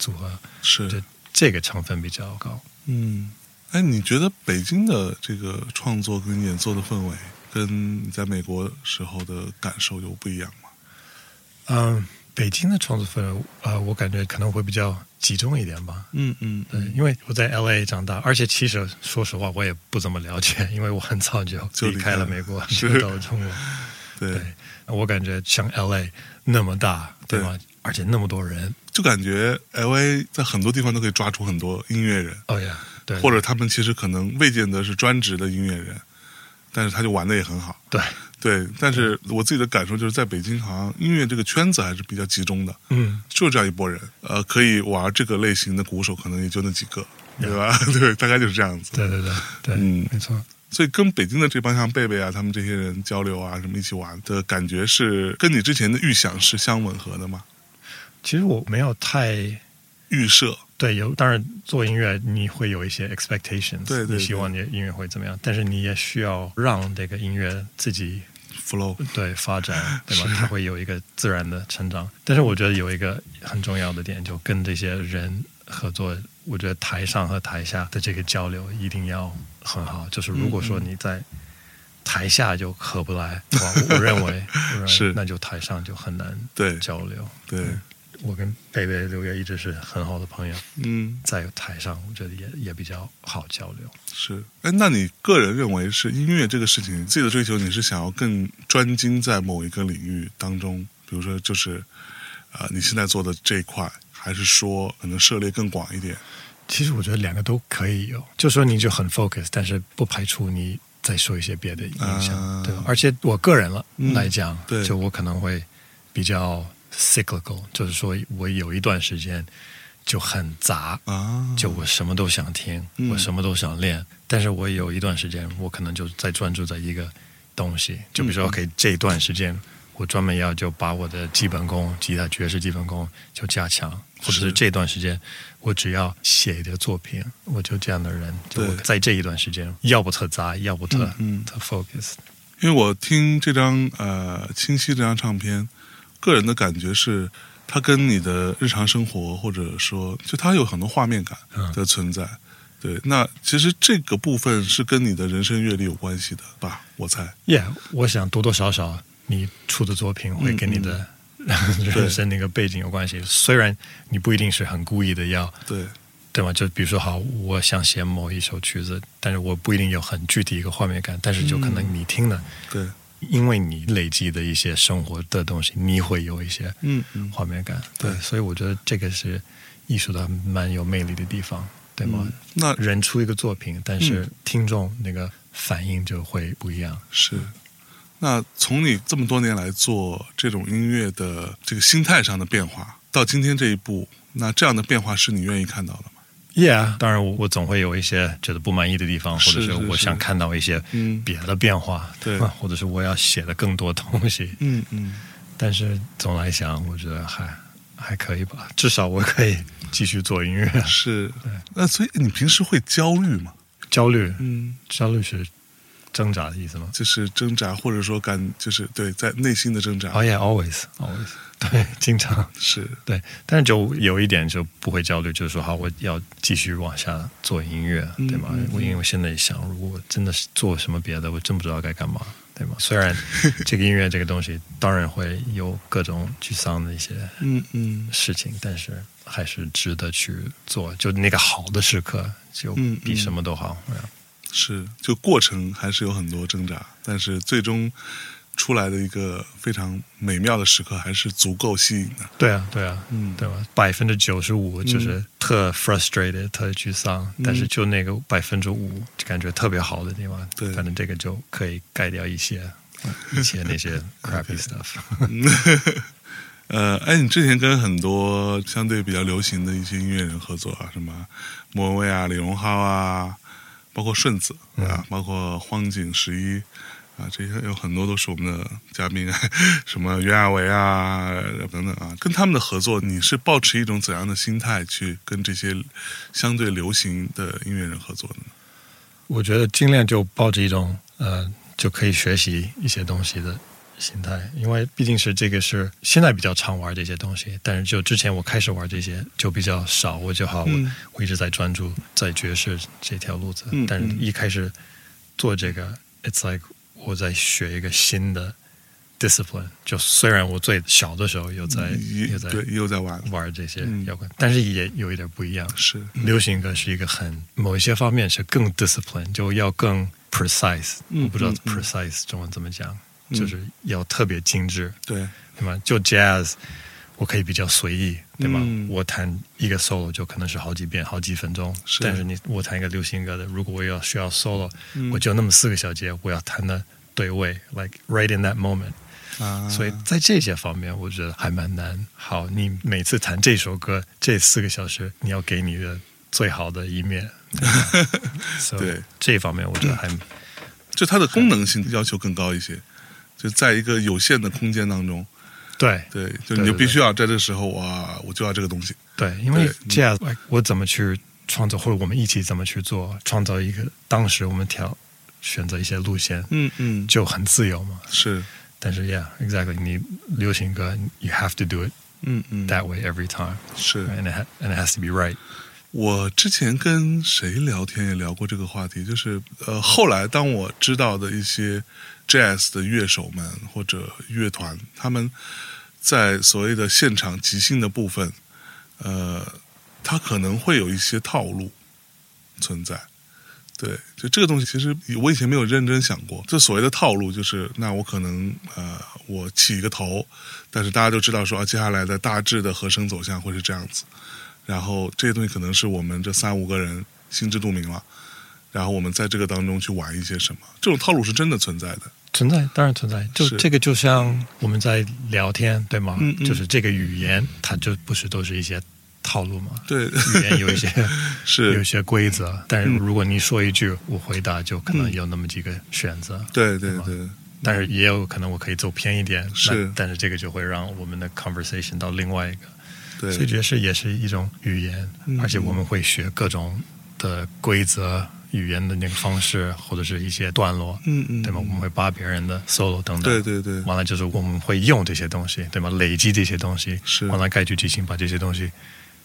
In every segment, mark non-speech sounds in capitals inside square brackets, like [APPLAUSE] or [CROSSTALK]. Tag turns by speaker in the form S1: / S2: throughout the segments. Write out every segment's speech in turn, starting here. S1: 组合，这
S2: 是，
S1: 这个成分比较高。
S2: 嗯，哎，你觉得北京的这个创作跟演奏的氛围，跟你在美国时候的感受有不一样吗？
S1: 嗯，北京的创作氛围，呃，我感觉可能会比较集中一点吧。
S2: 嗯嗯，
S1: 对，因为我在 L A 长大，而且其实说实话，我也不怎么了解， [LAUGHS] 因为我很早就
S2: 就离
S1: 离开
S2: 开了
S1: 了美国，
S2: [LAUGHS] 是
S1: 就到了中国。
S2: 对，
S1: 对，我感觉像 L A 那么大，对吧？而且那么多人，
S2: 就感觉 L A 在很多地方都可以抓出很多音乐人，
S1: 哦呀，对，
S2: 或者他们其实可能未见得是专职的音乐人，但是他就玩的也很好。
S1: 对，
S2: 对，但是我自己的感受就是在北京，好像音乐这个圈子还是比较集中的，
S1: 嗯，
S2: 就这样一拨人，呃，可以玩这个类型的鼓手可能也就那几个，对吧？ [LAUGHS] 对，大概就是这样子。
S1: 对对对对，
S2: 嗯
S1: 没错。
S2: 所以跟北京的这帮像贝贝啊，他们这些人交流啊，什么一起玩的感觉是跟你之前的预想是相吻合的吗？
S1: 其实我没有太
S2: 预设，
S1: 对，有当然做音乐你会有一些 expectations，
S2: 对对对
S1: 你希望你的音乐会怎么样，但是你也需要让这个音乐自己
S2: flow，
S1: 对发展，对吧？它会有一个自然的成长。但是我觉得有一个很重要的点，就跟这些人合作，我觉得台上和台下的这个交流一定要很好。就是如
S2: 嗯
S1: 果说你在台下就合不来，对吧我我认为我认为
S2: 是
S1: 那就台上就很难
S2: 对
S1: 交流。
S2: 对，
S1: 我跟贝贝、刘烨一直是很好的朋友，
S2: 嗯，
S1: 在台上我觉得也也比较好交流。
S2: 是。哎，那你个人认为是音乐这个事情，自己的追求，你是想要更专精在某一个领域当中，比如说就是，呃，你现在做的这一块，还是说可能涉猎更广一点？
S1: 其实我觉得两个都可以有，就说你就很 focus，但是不排除你再受一些别的影响，
S2: 啊
S1: 对吧？而且我个人了、
S2: 嗯
S1: 来讲，
S2: 对
S1: 就我可能会比较 cyclical，就是说我有一段时间就很杂，
S2: 啊，
S1: 就我什么都想听，
S2: 嗯
S1: 我什么都想练，但是我有一段时间，我可能就在专注在一个东西，就比如说
S2: 嗯
S1: OK，这一段时间我专门要就把我的基本功，吉他爵士基本功就加强，或者
S2: 是
S1: 是这段时间我只要写一个作品，我就这样的人，就我
S2: 对
S1: 在这一段时间，要不特杂，要不特、
S2: 嗯嗯
S1: 特 focus，
S2: 因为我听这张呃《清晰》这张唱片，个人的感觉是，它跟你的日常生活，或者说，就它有很多画面感
S1: 嗯
S2: 的存在。对，那其实这个部分是跟你的人生阅历有关系的吧？我猜。
S1: ，Yeah，我想多多少少你出的作品
S2: 嗯
S1: 会跟你
S2: [LAUGHS]
S1: 的、人生那个背景有关系，虽然你不一定是很故意的要。
S2: 对，
S1: 对吗？就比如说，好，我想写某一首曲子，但是我不一定有很具体一个画面感，但是就可
S2: 嗯
S1: 能你听了，
S2: 对，
S1: 因为你累积的一些生活的东西，你会有一些
S2: 嗯嗯
S1: 画面感。
S2: 对
S1: 所以我觉得这个是艺术的蛮有魅力的地方，对吗？
S2: 嗯，那
S1: 人出一个作品，但是
S2: 嗯
S1: 听众那个反应就会不一样。
S2: 是。那从你这么多年来做这种音乐的这个心态上的变化，到今天这一步，那这样的变化是你愿意看到的吗？
S1: Yeah，当然我我总会有一些觉得不满意的地方，
S2: 是
S1: 或者是
S2: 是
S1: 我
S2: 是
S1: 想看到一些
S2: 嗯
S1: 别的变化，
S2: 对
S1: 吧或者是我要写的更多东西，
S2: 嗯嗯，
S1: 但是总来讲，我觉得还还可以吧，至少我可以继续做音乐。
S2: 是。那所以你平时会焦虑吗？
S1: 焦虑， [LAUGHS]
S2: 嗯，
S1: 焦虑是挣扎的意思吗
S2: 就是挣扎，或者说感，就是对在内心的挣扎。
S1: ？Oh yeah, always, always，对， [LAUGHS] 经常
S2: 是，
S1: 对，但是就有一点就不会焦虑，就是说，好，我要继续往下做音乐，
S2: 嗯
S1: 对吗？
S2: 嗯
S1: 我因为我现在想，如果我真的是做什么别的，我真不知道该干嘛，对吗？虽然这个音乐这个东西当然会有各种沮丧的一些
S2: 嗯嗯
S1: 事情，但是还是值得去做。就那个好的时刻，就
S2: 嗯
S1: 比什么都好。嗯
S2: 是，就过程还是有很多挣扎，但是最终出来的一个非常美妙的时刻，还是足够吸引的。
S1: 对啊，对啊，
S2: 嗯
S1: 对吧？百分之九十五就是特 frustrated，、特沮丧，
S2: 嗯
S1: 但是就那个百分之五，就感觉特别好的地方，
S2: 对
S1: 反正这个就可以盖掉一些。嗯一些
S2: [LAUGHS]
S1: 那些 crappy stuff，
S2: 呃，哎，你之前跟很多相对比较流行的一些音乐人合作啊，什么莫文蔚
S1: 嗯
S2: 啊、李荣浩啊，包括顺子啊，包括荒井十一啊，这些有很多都是我们的嘉宾，啊 [LAUGHS] 什么袁娅维啊等等啊，跟他们的合作，你是保持一种怎样的心态去跟这些相对流行的音乐人合作的呢？
S1: 我觉得尽量就抱着一种呃，就可以学习一些东西的心态，因为毕竟是这个是现在比较常玩这些东西，但是就之前我开始玩这些就比较少，我就好，
S2: 嗯
S1: 我我一直在专注在爵士这条路子，
S2: 嗯
S1: 但是
S2: 嗯
S1: 一开始做这个，it's like 我在学一个新的 discipline，就虽然我最小的时候有在
S2: 也
S1: 有在
S2: 嗯对，又在玩，
S1: 玩这些
S2: 嗯
S1: 摇滚，但是也有一点不一样，
S2: 是
S1: 流行歌是一个很某一些方面是更 discipline，就要更 precise。
S2: 嗯
S1: 我不知道
S2: 嗯嗯
S1: precise 中文怎么讲，
S2: 嗯
S1: 就是要特别精致，
S2: 对，
S1: 对吗？就 jazz，我可以比较随意，对吗？
S2: 嗯
S1: 我弹一个 solo 就可能是好几遍、好几分钟，
S2: 是
S1: 但是你我弹一个流行歌的，如果我要需要 solo，、
S2: 嗯
S1: 我就那么四个小节，我要弹的对位，like right in that moment。
S2: 啊，
S1: 所以在这些方面，我觉得还蛮难。好，你每次弹这首歌这四个小时，你要给你的最好的
S2: [LAUGHS]
S1: 一面。所以
S2: 对
S1: 这方面，我觉得还
S2: 就它的功能性要求更高一些，就在一个有限的空间当中，
S1: 对
S2: 对，就
S1: 对
S2: 你
S1: 对
S2: 就必
S1: 对
S2: 须要在这时候哇，我就要这个东西，
S1: 对，因为
S2: 对
S1: 这样，like，我怎么去创造，或者我们一起怎么去做，创造一个当时我们挑选择一些路线，
S2: 嗯嗯，
S1: 就很自由嘛。
S2: 是，
S1: 但是，yeah，exactly，你流行歌，you have to do it
S2: 嗯嗯，
S1: that way every time，and
S2: 是。
S1: it ha- and it has to be right。
S2: 我之前跟谁聊天也聊过这个话题，就是呃，后来当我知道的一些 jazz 的乐手们或者乐团，他们在所谓的现场即兴的部分，呃，它可能会有一些套路存在。对，就这个东西，其实我以前没有认真想过。这所谓的套路，就是那我可能呃，我起一个头，但是大家就知道说啊，接下来的大致的和声走向会是这样子。然后这些东西可能是我们这三五个人心知肚明了，然后我们在这个当中去玩一些什么，这种套路是真的存在的。
S1: 存在，当然存在。就是这个就像我们在聊天，对吗？
S2: 嗯嗯
S1: 就是这个语言，它就不是都是一些套路嘛？
S2: 对，
S1: 语言有一些有一
S2: [LAUGHS] 是，
S1: 些规则，但是如果你说一句，我回答就可能有那么几个选择，
S2: 对对对，
S1: 但是也有可能我可以走偏一点。
S2: 是
S1: 那但是这个就会让我们的 conversation 到另外一个。所以
S2: 对，
S1: 爵士也是一种语言，
S2: 嗯
S1: 而且我们会学各种的规则、语言的那个方式，或者是一些段落，
S2: 嗯嗯，
S1: 对吗？我们会扒别人的 solo 等等。
S2: 对对对，
S1: 完了就是我们会用这些东西，对吗？累积这些东西，
S2: 是
S1: 完了该去即兴把这些东西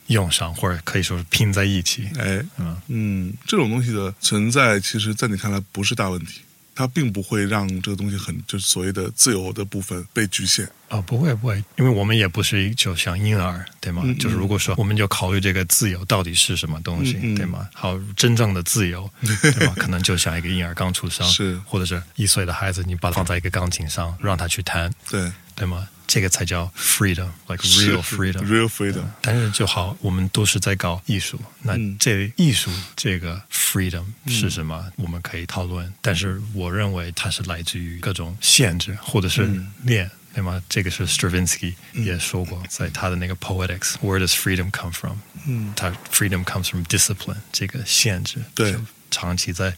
S1: 用上，或者可以说是拼在一起，
S2: 哎，
S1: 嗯，
S2: 嗯，这种东西的存在，其实在你看来不是大问题，它并不会让这个东西很就是所谓的自由的部分被局限。
S1: 哦，不会不会，因为我们也不是就像婴儿，对吗？
S2: 嗯嗯
S1: 就是如果说我们就考虑这个自由到底是什么东西，
S2: 嗯嗯
S1: 对吗？好，真正的
S2: [LAUGHS]
S1: 自由，对吧？可能就像一个婴儿刚出生，
S2: 是
S1: 或者是一岁的孩子，你把他放在一个钢琴上，让他去弹，
S2: 对，
S1: 对吗？这个才叫 freedom，like
S2: [LAUGHS] 是
S1: real freedom。
S2: ，real freedom，
S1: 但是就好，我们都是在搞艺术。那
S2: 嗯
S1: 这艺术这个 freedom 是什么？我们可以讨论。但是我认为它是来自于各种限制或者是
S2: 嗯
S1: 链，对吗？这个是 Stravinsky 也说过，在他的那个 Poetics Where does freedom come from？
S2: 嗯，
S1: 他 freedom comes from discipline 这个限制，
S2: 对，
S1: 长期在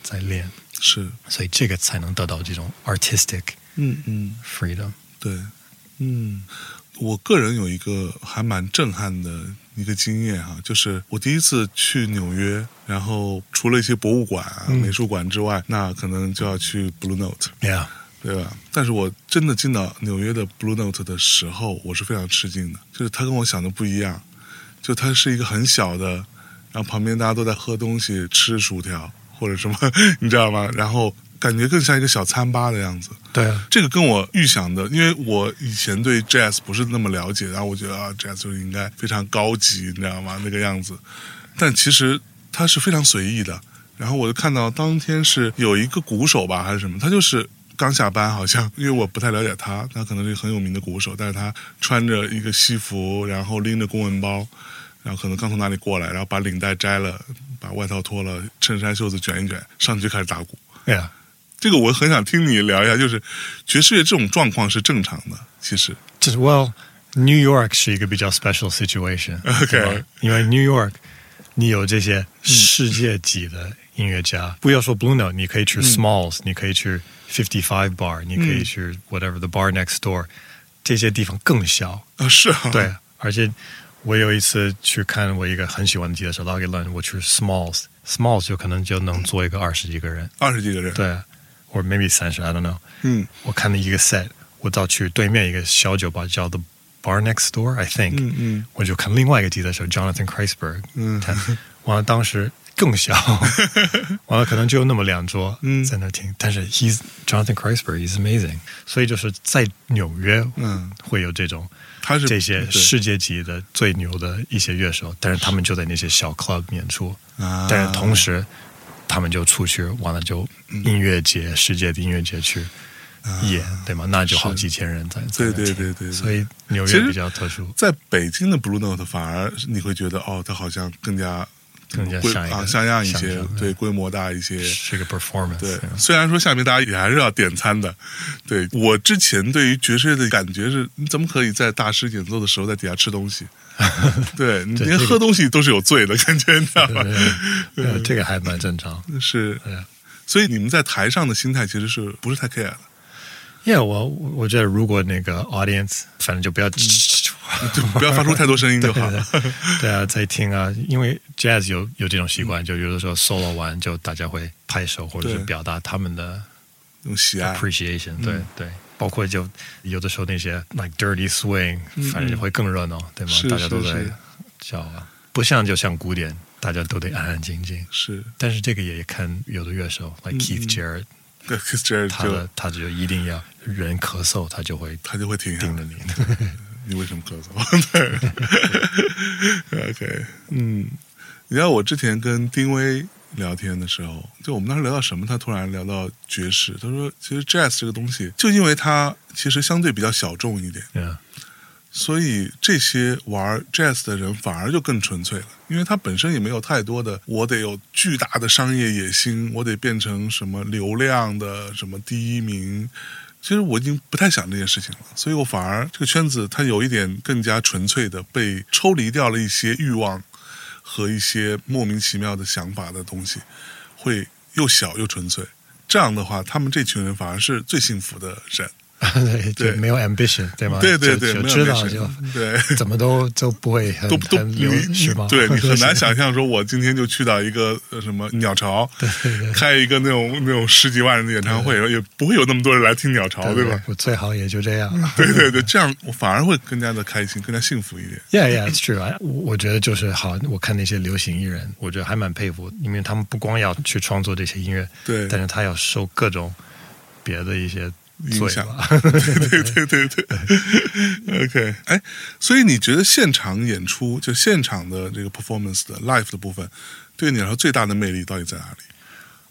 S1: 在练，
S2: 是，
S1: 所以这个才能得到这种 artistic
S2: 嗯嗯。
S1: freedom。
S2: 对，嗯，我个人有一个还蛮震撼的一个经验哈、就是我第一次去纽约，然后除了一些博物馆啊、
S1: 嗯
S2: 美术馆之外，那可能就要去 Blue Note，
S1: Yeah，
S2: 对吧？但是我真的进到纽约的 Blue Note 的时候，我是非常吃惊的，就是它跟我想的不一样，就它是一个很小的，然后旁边大家都在喝东西、吃薯条或者什么， [LAUGHS] 你知道吗？然后感觉更像一个小餐吧的样子。
S1: 对啊，
S2: 这个跟我预想的，因为我以前对 jazz 不是那么了解，然后我觉得啊，jazz 就是应该非常高级，你知道吗？那个样子，但其实它是非常随意的。然后我就看到当天是有一个鼓手吧，还是什么，他就是刚下班，好像因为我不太了解他，他可能是一个很有名的鼓手，但是他穿着一个西服，然后拎着公文包，然后可能刚从哪里过来，然后把领带摘了，把外套脱了，衬衫袖子卷一卷，上去就开始打鼓。
S1: ，Yeah。
S2: 这个我很想听你聊一下，就是爵士乐这种状况是正常的，其实
S1: 就是 Well，New York 是一个比较 special situation，
S2: OK
S1: 对吧因为 New York 你有这些世界级的音乐家，不要说 Blue Note，你可以去 Smalls，、你可以去 Fifty Five Bar，你可以去 whatever the bar next door，这些地方更小。
S2: 啊，是啊，
S1: 对，而且我有一次去看我一个很喜欢的吉他手 l o g g y l a n 我去 Smalls，Smalls 就可能就能坐一个二十几个人，
S2: 二十几个人，，
S1: 对，or maybe 三十，I don't know。
S2: 嗯
S1: 我看了一个 set，我到去对面一个小酒吧叫 The Bar Next Door，I think，
S2: 嗯嗯
S1: 我就看另外一个吉他手 Jonathan Kreisberg，
S2: 嗯
S1: 他，完了当时
S2: [LAUGHS]
S1: 更小，完了可能就有那么两桌
S2: 嗯
S1: 在那听，但是 He's Jonathan Kreisberg，He's amazing，所以就是在纽约，
S2: 嗯，
S1: 会有这种。
S2: 他是
S1: 这些
S2: 对
S1: 世界级的最牛的一些乐手，但是他们就在那些小 club 演出，
S2: 啊，
S1: 但是同时他们就出去完了就音乐节、世界的音乐节去
S2: 啊
S1: 演，对吗？那就好几千人在在
S2: 对
S1: 那
S2: 对
S1: 听
S2: 对对对
S1: 所以纽
S2: 其
S1: 约
S2: 实
S1: 比较特殊，
S2: 在北京的 Blue Note 反而你会觉得哦，它好像更加
S1: 更加
S2: 规
S1: 像一个
S2: 啊像样一
S1: 相
S2: 些
S1: 声，
S2: 对，啊规模大一些，
S1: 是一个 performance，
S2: 对
S1: 对，吧
S2: 虽然说下面大家也还是要点餐的，对我之前对于爵士乐的感觉是，你怎么可以在大师演奏的时候在底下吃东 [LAUGHS] 西？对你
S1: 对
S2: 连
S1: 这个
S2: 喝东西都是有罪的感觉，你知道吗 [LAUGHS]
S1: 对？对对，这个还蛮正常。
S2: 是
S1: 对，
S2: 所以你们在台上的心态其实是不是太 care 的？ [LAUGHS]
S1: 因为我我觉得如果那个 audience，反正就不要 [LAUGHS]
S2: 就不要发出太多声音嗯就好。
S1: 对对对啊，在听啊，因为 jazz 有有这种习惯，就有的时候 solo 完就大家会拍手或者
S2: 嗯
S1: 是
S2: 对
S1: 表达他们的
S2: 那种喜爱，
S1: appreciation，、对对，包括就有的时候那些 like dirty swing，、反正会更热闹，对吗
S2: 嗯是？
S1: 大家都
S2: 是
S1: 在
S2: 是
S1: 叫啊，不像就像古典，大家都得安安静静。
S2: 是
S1: 但是这个也看有的乐手，like
S2: 嗯
S1: Keith Jarrett，、
S2: 对 k i s s Jared
S1: 他
S2: 就
S1: 的他就一定要人咳嗽，他就会
S2: 他就会停下
S1: 盯
S2: 来
S1: 着。你。
S2: 你为什么咳嗽？ [LAUGHS] 对，OK，嗯，你知道我之前跟丁薇聊天的时候，就我们当时聊到什么，他突然聊到爵士，他说其实 jazz 这个东西，就因为它其实相对比较小众一点，
S1: [LAUGHS] yeah,
S2: 所以这些玩 jazz 的人反而就更纯粹了，因为他本身也没有太多的我得有巨大的商业野心，我得变成什么流量的什么第一名。其实我已经不太想这件事情了，所以我反而这个圈子它有一点更加纯粹的被抽离掉了一些欲望和一些莫名其妙的想法的东西，会又小又纯粹。这样的话，他们这群人反而是最幸福的人。
S1: 对，
S2: 对
S1: 就没有 ambition，对吗？
S2: 对对对，
S1: 就
S2: 没
S1: 就
S2: 有
S1: 知
S2: 没
S1: 道
S2: 事
S1: 就
S2: 对。
S1: 怎么都都不会很
S2: 都都
S1: 很
S2: 你
S1: 流
S2: 你
S1: 是吗？
S2: 对你很
S1: [LAUGHS]
S2: 难
S1: 是
S2: 想象，说我今天就去到一个呃什么鸟巢， [LAUGHS] 开一个那种那种十几万人的演唱会，然后也不会有那么多人来听鸟巢，对吧？
S1: 我最好也就这样。
S2: 对对对，这样我反而会更加的开心，更加幸福一点。
S1: [LAUGHS] Yeah, yeah, it's true. I- 我我觉得就是好，我看那些流行艺人，我觉得还蛮佩服，因为他们不光要去创作这些音乐，
S2: 对
S1: 但是他要受各种别的一些
S2: 影
S1: 罪
S2: 响
S1: 吧。
S2: 对对对对对，OK，哎，所以你觉得现场演出就现场的这个 performance 的 live 的部分，对你来说最大的魅力到底在哪里？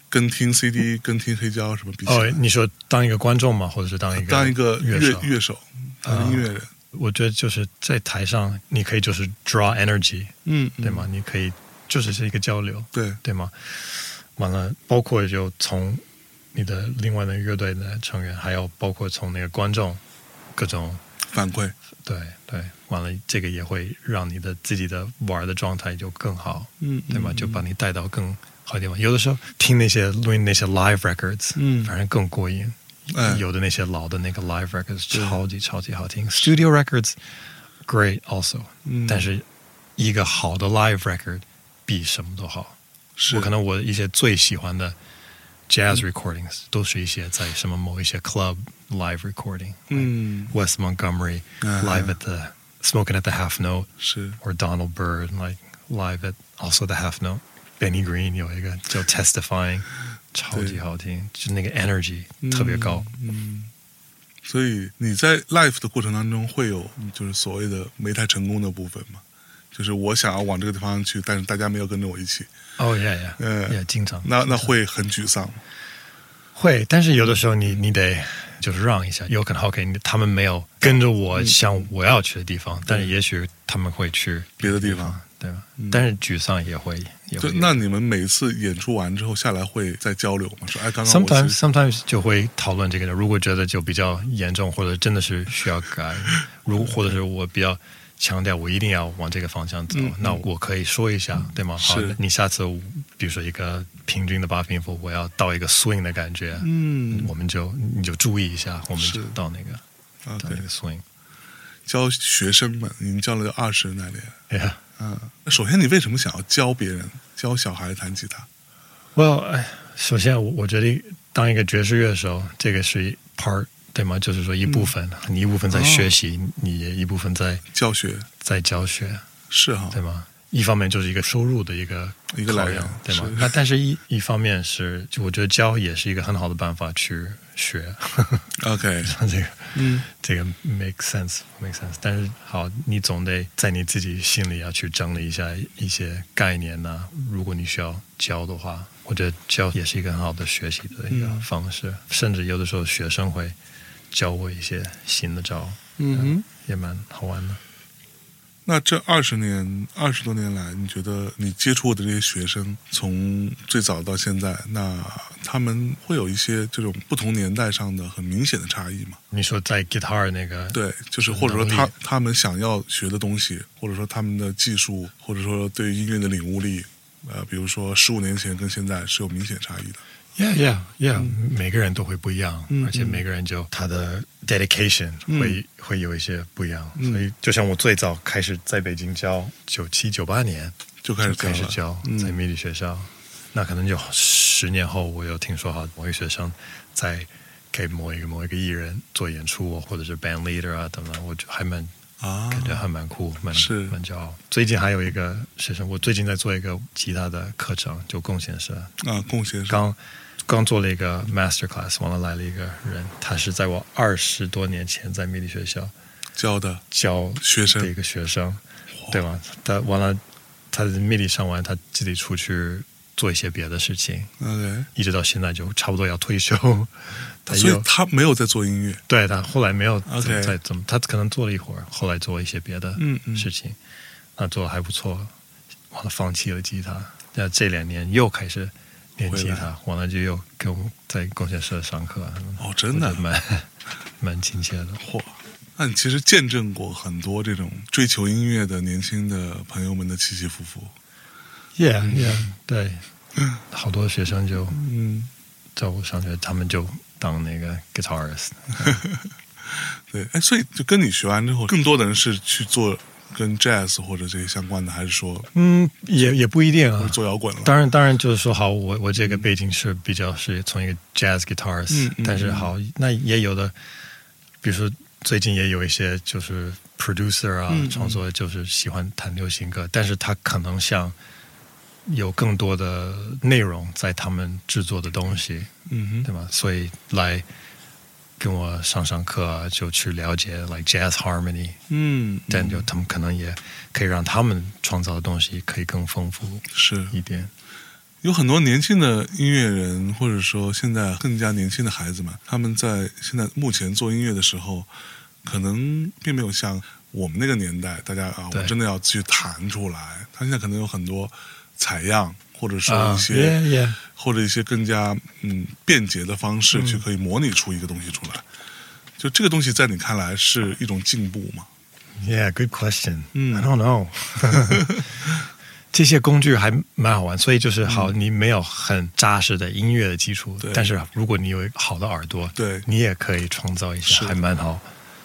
S2: 跟听 CD、跟听黑胶什么比起
S1: [LAUGHS] 哦
S2: 来，，
S1: 你说当一个观众吗？或者是当一个
S2: 当一个
S1: 乐手？
S2: 乐手、
S1: 啊
S2: 音乐人，
S1: 我觉得就是在台上，你可以就是 draw energy，
S2: 嗯，
S1: 对吗？你可以就是是一个交流，
S2: 对，
S1: 对吗？完了，包括就从你的另外的乐队的成员，还有包括从那个观众各种
S2: 反馈，
S1: 对对，完了这个也会让你的自己的玩儿的状态就更好，
S2: 嗯
S1: 对吧？就把你带到更好的地方。有的时候听那些录音那些 live records，
S2: 嗯
S1: 反正更过瘾。
S2: 哎
S1: 有的那些老的那个 live records 超级超级好听，studio records great also，、
S2: 嗯
S1: 但是一个好的 live record 比什么都好。
S2: 是嗯
S1: 我可能我一些最喜欢的 jazz recordings 都是一些在什么某一些 club live recording，
S2: 嗯
S1: West Montgomery
S2: Uh-huh.
S1: live at the Smoking at the Half Note
S2: 是
S1: or Donald Byrd like live at also the Half Note. Benny Green 有一个叫 Testifying，超级好听，就那个 energy 特
S2: Mm.
S1: 别高。
S2: 嗯。所以你在 life 的过程当中会有就是所谓的没太成功的部分嘛？就是我想要往这个地方去，但是大家没有跟着我一起，
S1: 哦、yeah Oh, yeah
S2: 嗯
S1: yeah，经常
S2: 那那会很沮丧吗。
S1: 会，但是有的时候你你得就是让一下，有可能 OK，你他们没有跟着我向我要去的地方，但是也许他们会去
S2: 别的地
S1: 地
S2: 方，
S1: 对吧？但是沮丧也会也
S2: 就
S1: 会有。
S2: 那你们每一次演出完之后下来会再交流吗？说哎，刚刚我
S1: sometimes
S2: 其实
S1: sometimes 就会讨论这
S2: [LAUGHS]
S1: 个的。如果觉得就比较严重，或者真的是需要改，如或者是我比较强调我一定要往这个方向走，
S2: 嗯
S1: 那我可以说一下，对吗？好
S2: 是，
S1: 那你下次比如说一个平均的八平符，我要到一个 swing 的感觉，
S2: 嗯
S1: 我们就你就注意一下，我们就是到那个到
S2: ，OK，
S1: 那个 swing。
S2: 啊教学生们，你们教了二十人来练，
S1: Yeah.
S2: 嗯，首先你为什么想要教别人教小孩弹吉他？
S1: Well，哎首先我我觉得当一个爵士乐手，这个是一 part 对吗？就是说一部分，
S2: 嗯
S1: 你一部分在学习，
S2: 哦
S1: 你也一部分在
S2: 教学
S1: 在教学，
S2: 是哈，
S1: 对吗？一方面就是一个收入的一个
S2: 一个
S1: 考
S2: 来源
S1: 量，对吗
S2: 是？
S1: 那但是一一方面是，就我觉得教也是一个很好的办法去学， [LAUGHS]
S2: OK，
S1: 这个
S2: 嗯，
S1: 这个 make sense make sense。但是好，你总得在你自己心里要去整理一下一些概念呐、如果你需要教的话，我觉得教也是一个很好的学习的一个
S2: 嗯
S1: 方式。甚至有的时候学生会教我一些新的招，
S2: 嗯哼，
S1: 也蛮好玩的。
S2: 那这二十年、二十多年来，你觉得你接触过的这些学生，从最早到现在，那他们会有一些这种不同年代上的很明显的差异吗？
S1: 你说在 guitar 那个
S2: 对，就是或者说他
S1: 能力
S2: 他们想要学的东西，或者说他们的技术，或者说对音乐的领悟力，呃，比如说十五年前跟现在是有明显差异的。
S1: Yeah, yeah, yeah、每个人都会不一样，
S2: 嗯
S1: 而且每个人就他的 dedication
S2: 嗯
S1: 会、会有一些不一样。
S2: 嗯
S1: 所以，就像我最早开始在北京教，九七九八年
S2: 就开始
S1: 就开始
S2: 教
S1: 教
S2: 了，
S1: 在
S2: 嗯
S1: 迷你学校，那可能就十年后，我有听说哈，某一学生在给某一个某一个艺人做演出，或者是 band leader 啊等等，我就还蛮
S2: 啊，
S1: 感觉还蛮酷，蛮
S2: 是
S1: 蛮骄傲。最近还有一个学生，我最近在做一个吉他的课程，就贡献社，
S2: 啊，贡献是
S1: 刚刚做了一个 master class，完了来了一个人，他是在我二十多年前在密理学校
S2: 教的
S1: 教
S2: 学
S1: 的一
S2: 生，
S1: 个学生，对吗？他完了，他密理上完，他自己出去做一些别的事情，
S2: OK，
S1: 一直到现在就差不多要退休。 [LAUGHS] 他
S2: 所以
S1: 又
S2: 他没有在做音乐，
S1: 对他后来没有
S2: OK
S1: 怎么再怎么，他可能做了一会儿，后来做一些别的
S2: 嗯嗯
S1: 事情，那做的还不错，完了放弃了吉他，那这两年又开始练吉
S2: 回
S1: 他，完了就又给我们在贡献社上课，
S2: 哦，真的
S1: 我觉得，蛮 [LAUGHS] 蛮亲切的。
S2: 嚯！那你其实见证过很多这种追求音乐的年轻的朋友们的起起伏伏。
S1: Yeah yeah，对，嗯好多学生就
S2: 嗯，
S1: 在我上学，他们就当那个 guitarist，
S2: 对，哎，所以就跟你学完之后，更多的人是去做跟 jazz 或者这些相关的，还是说
S1: 嗯，也也不一定啊，
S2: 做摇滚了？
S1: 当然，当然，就是说，好，我我这个背景是比较是从一个 jazz guitarist，、
S2: 嗯嗯
S1: 但是
S2: 嗯
S1: 好，那也有的，比如说最近也有一些就是 producer 啊，
S2: 嗯嗯
S1: 创作就是喜欢弹流行歌，但是他可能想有更多的内容在他们制作的东西，
S2: 嗯
S1: 对
S2: 哼，
S1: 吧？所以来跟我上上课啊，就去了解 like jazz harmony，
S2: 嗯，
S1: 但就他们可能也可以让他们创造的东西可以更丰富
S2: 是
S1: 一点。
S2: 有很多年轻的音乐人，或者说现在更加年轻的孩子们，他们在现在目前做音乐的时候，可能并没有像我们那个年代，大家啊，
S1: 对
S2: 我真的要去弹出来。他现在可能有很多采样，或者说
S1: 啊
S2: 一些、
S1: yeah, yeah.
S2: 或者一些更加嗯便捷的方式去可以模拟出一个东西出来。就这个东西在你看来是一种进步吗？
S1: Yeah, good question.
S2: 嗯
S1: I don't know. [LAUGHS] 这些工具还蛮好玩，所以就是好，你没有很扎实的音乐的基础
S2: 对，
S1: 但是如果你有好的耳朵，
S2: 对
S1: 你也可以创造一
S2: 是
S1: 些还蛮好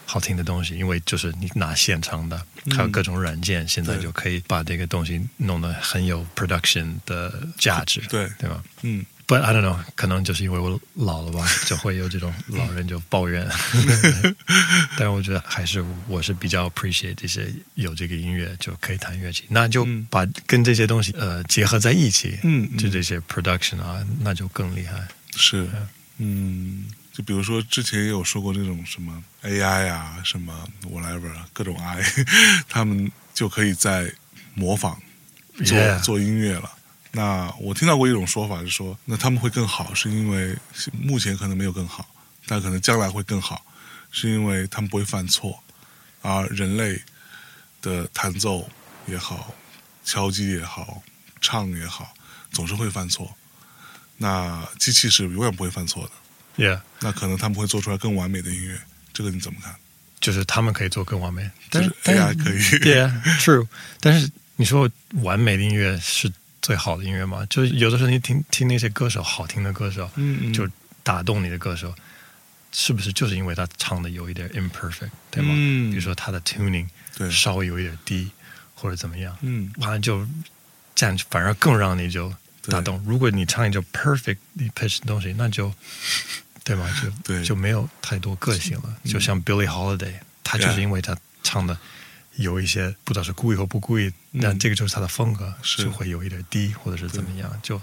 S1: 好听的东西。因为就是你拿现成的，还有各种软件，现在
S2: Hmm 对
S1: 就可以把这个东西弄得很有 production 的价值，
S2: 对
S1: 对吧
S2: 嗯，
S1: ？But I don't know，可能就是因为我老了吧， [LAUGHS] 就会有这种老人就抱
S2: [LAUGHS]
S1: 怨。但是我觉得还是我是比较 appreciate 这些有这个音乐就可以弹乐器，那就
S2: 嗯
S1: 把跟这些东西呃结合在一起，
S2: 嗯嗯
S1: 就这些 production 啊，那就更厉害。
S2: 是，嗯，就比如说之前也有说过这种什么 AI 啊，什么 whatever 啊各种 I，他 [LAUGHS] 们就可以在模仿做
S1: Yeah
S2: 做音乐了。那我听到过一种说法是说，那他们会更好，是因为目前可能没有更好，但可能将来会更好，是因为他们不会犯错，而人类的弹奏也好，敲击也好，唱也好，总是会犯错。啊那机器是永远不会犯错的。
S1: Yeah，
S2: 那可能他们会做出来更完美的音乐，这个你怎么看？
S1: 就是他们可以做更完美，但是哎
S2: 对
S1: 但
S2: ，AI
S1: 是
S2: 可以，
S1: 对啊 true，但是你说完美的音乐是最好的音乐吗？就是有的时候你听听那些歌手，好听的歌手，
S2: 嗯
S1: 就打动你的歌手，是不是就是因为他唱的有一点 imperfect，对吗？
S2: 嗯，
S1: 比如说他的 tuning
S2: 对，
S1: 稍微有一点低，或者怎么样，
S2: 嗯，
S1: 完了就这样反而更让你就
S2: 对
S1: 打动。如果你唱一首 perfect 一 pitch 的东西，那就 [LAUGHS] 对吗？就
S2: 对嗯
S1: 就没有太多个性了。就像 Billie Holiday，他就是
S2: Yeah
S1: 因为他唱的有一些不知道是故意或不故意，
S2: 嗯
S1: 但这个就是他的风格，
S2: 是
S1: 就会有一点低或者是怎么样，就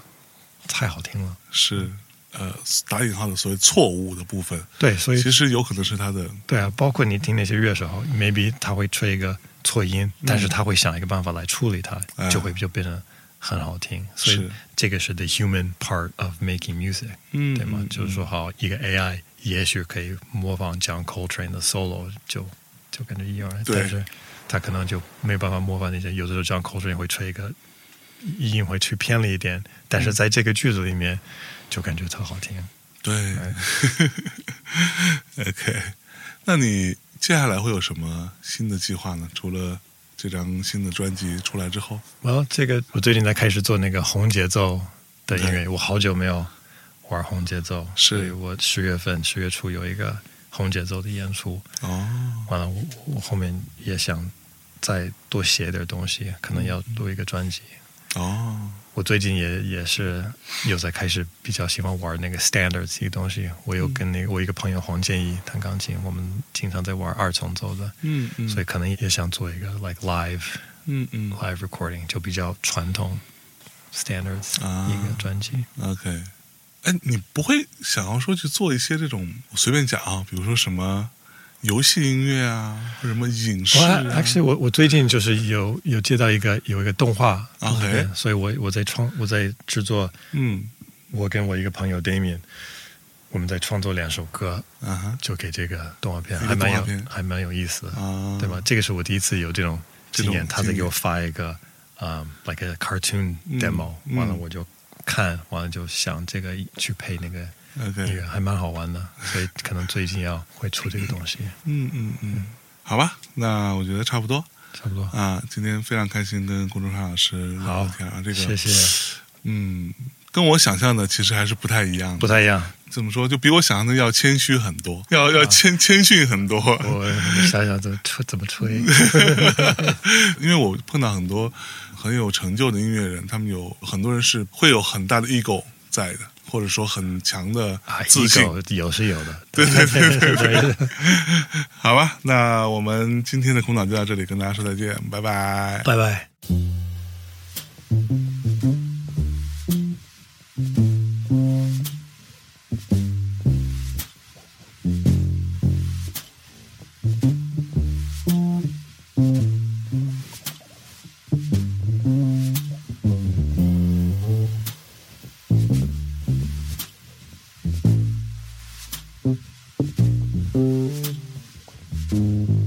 S1: 太好听了。
S2: 是呃打引号的所谓错误的部分，
S1: 对，所以
S2: 其实有可能是他的
S1: 对啊，包括你听那些乐手，maybe 他会吹一个错音，但是他会想一个办法来处理它，
S2: 哎
S1: 就会就变得很好听。所以
S2: 是
S1: 这个是 the human part of making music，、
S2: 嗯
S1: 对吗？
S2: 嗯
S1: 就是说，好一个 AI 也许可以模仿 John Coltrane 的 solo，就就跟着一样，
S2: 对
S1: 但是他可能就没办法模仿那些。有的时候 John Coltrane 会吹一个音会去偏了一点，
S2: 嗯
S1: 但是在这个句子里面就感觉特好听。
S2: 对
S1: 哎
S2: [LAUGHS] ，OK，那你接下来会有什么新的计划呢？除了这张新的专辑出来之后，
S1: 然后这个我最近在开始做那个红节奏的音乐，我好久没有玩红节奏，
S2: 是
S1: 所以我十月份十月初有一个红节奏的演出，
S2: 哦，
S1: 完了我我后面也想再多写点东西，可能要录一个专辑。
S2: 哦，
S1: 我最近也也是有在开始比较喜欢玩那个 standards 这个东西，我有跟那个我一个朋友黄建义弹钢琴，我们经常在玩二重奏的，
S2: 嗯嗯
S1: 所以可能也想做一个 like live
S2: 嗯嗯
S1: live recording 就比较传统 standards
S2: 啊
S1: 一个专辑。
S2: ，OK，哎，你不会想要说去做一些这种我随便讲啊，比如说什么游戏音乐啊，或者什么影视、
S1: 我
S2: 啊、
S1: actually 我我最近就是有有接到一个有一个动画
S2: OK
S1: 对所以我我在创我在制作，
S2: 嗯
S1: 我跟我一个朋友 Damian，我们在创作两首歌，
S2: 啊哈
S1: 就给这个动画片，
S2: 一个
S1: 还蛮
S2: 动画片
S1: 有还蛮有意思的，
S2: 啊，
S1: 对吧？？这个是我第一次有这种
S2: 这
S1: 经验，
S2: 种经验
S1: 他在给我发一个嗯 like a cartoon
S2: 嗯
S1: demo，、
S2: 嗯
S1: 完了我就看，完了就想这个去配那个
S2: OK
S1: 也还蛮好玩的，所以可能最近要会出这个东西，
S2: 嗯嗯嗯，好吧，那我觉得差不多。
S1: 差不多。
S2: 啊，今天非常开心跟龚中山老师聊天啊，这个
S1: 谢谢，
S2: 嗯，跟我想象的其实还是不太一样
S1: 不
S2: 的。
S1: 太一样。
S2: 怎么说，就比我想象的要谦虚很多，
S1: 啊
S2: 要要谦、 [LAUGHS] 谦逊很多。
S1: 我想想怎么吹，怎么吹。
S2: [LAUGHS] 因为我碰到很多很有成就的音乐人，他们有很多人是会有很大的 ego 在的，或者说很强的
S1: 啊
S2: 自信。
S1: ego 有是有的，对对对 [LAUGHS] 对对。
S2: 好吧，那我们今天的空岛就到这里，跟大家说再见，拜拜。
S1: 拜拜。
S3: thank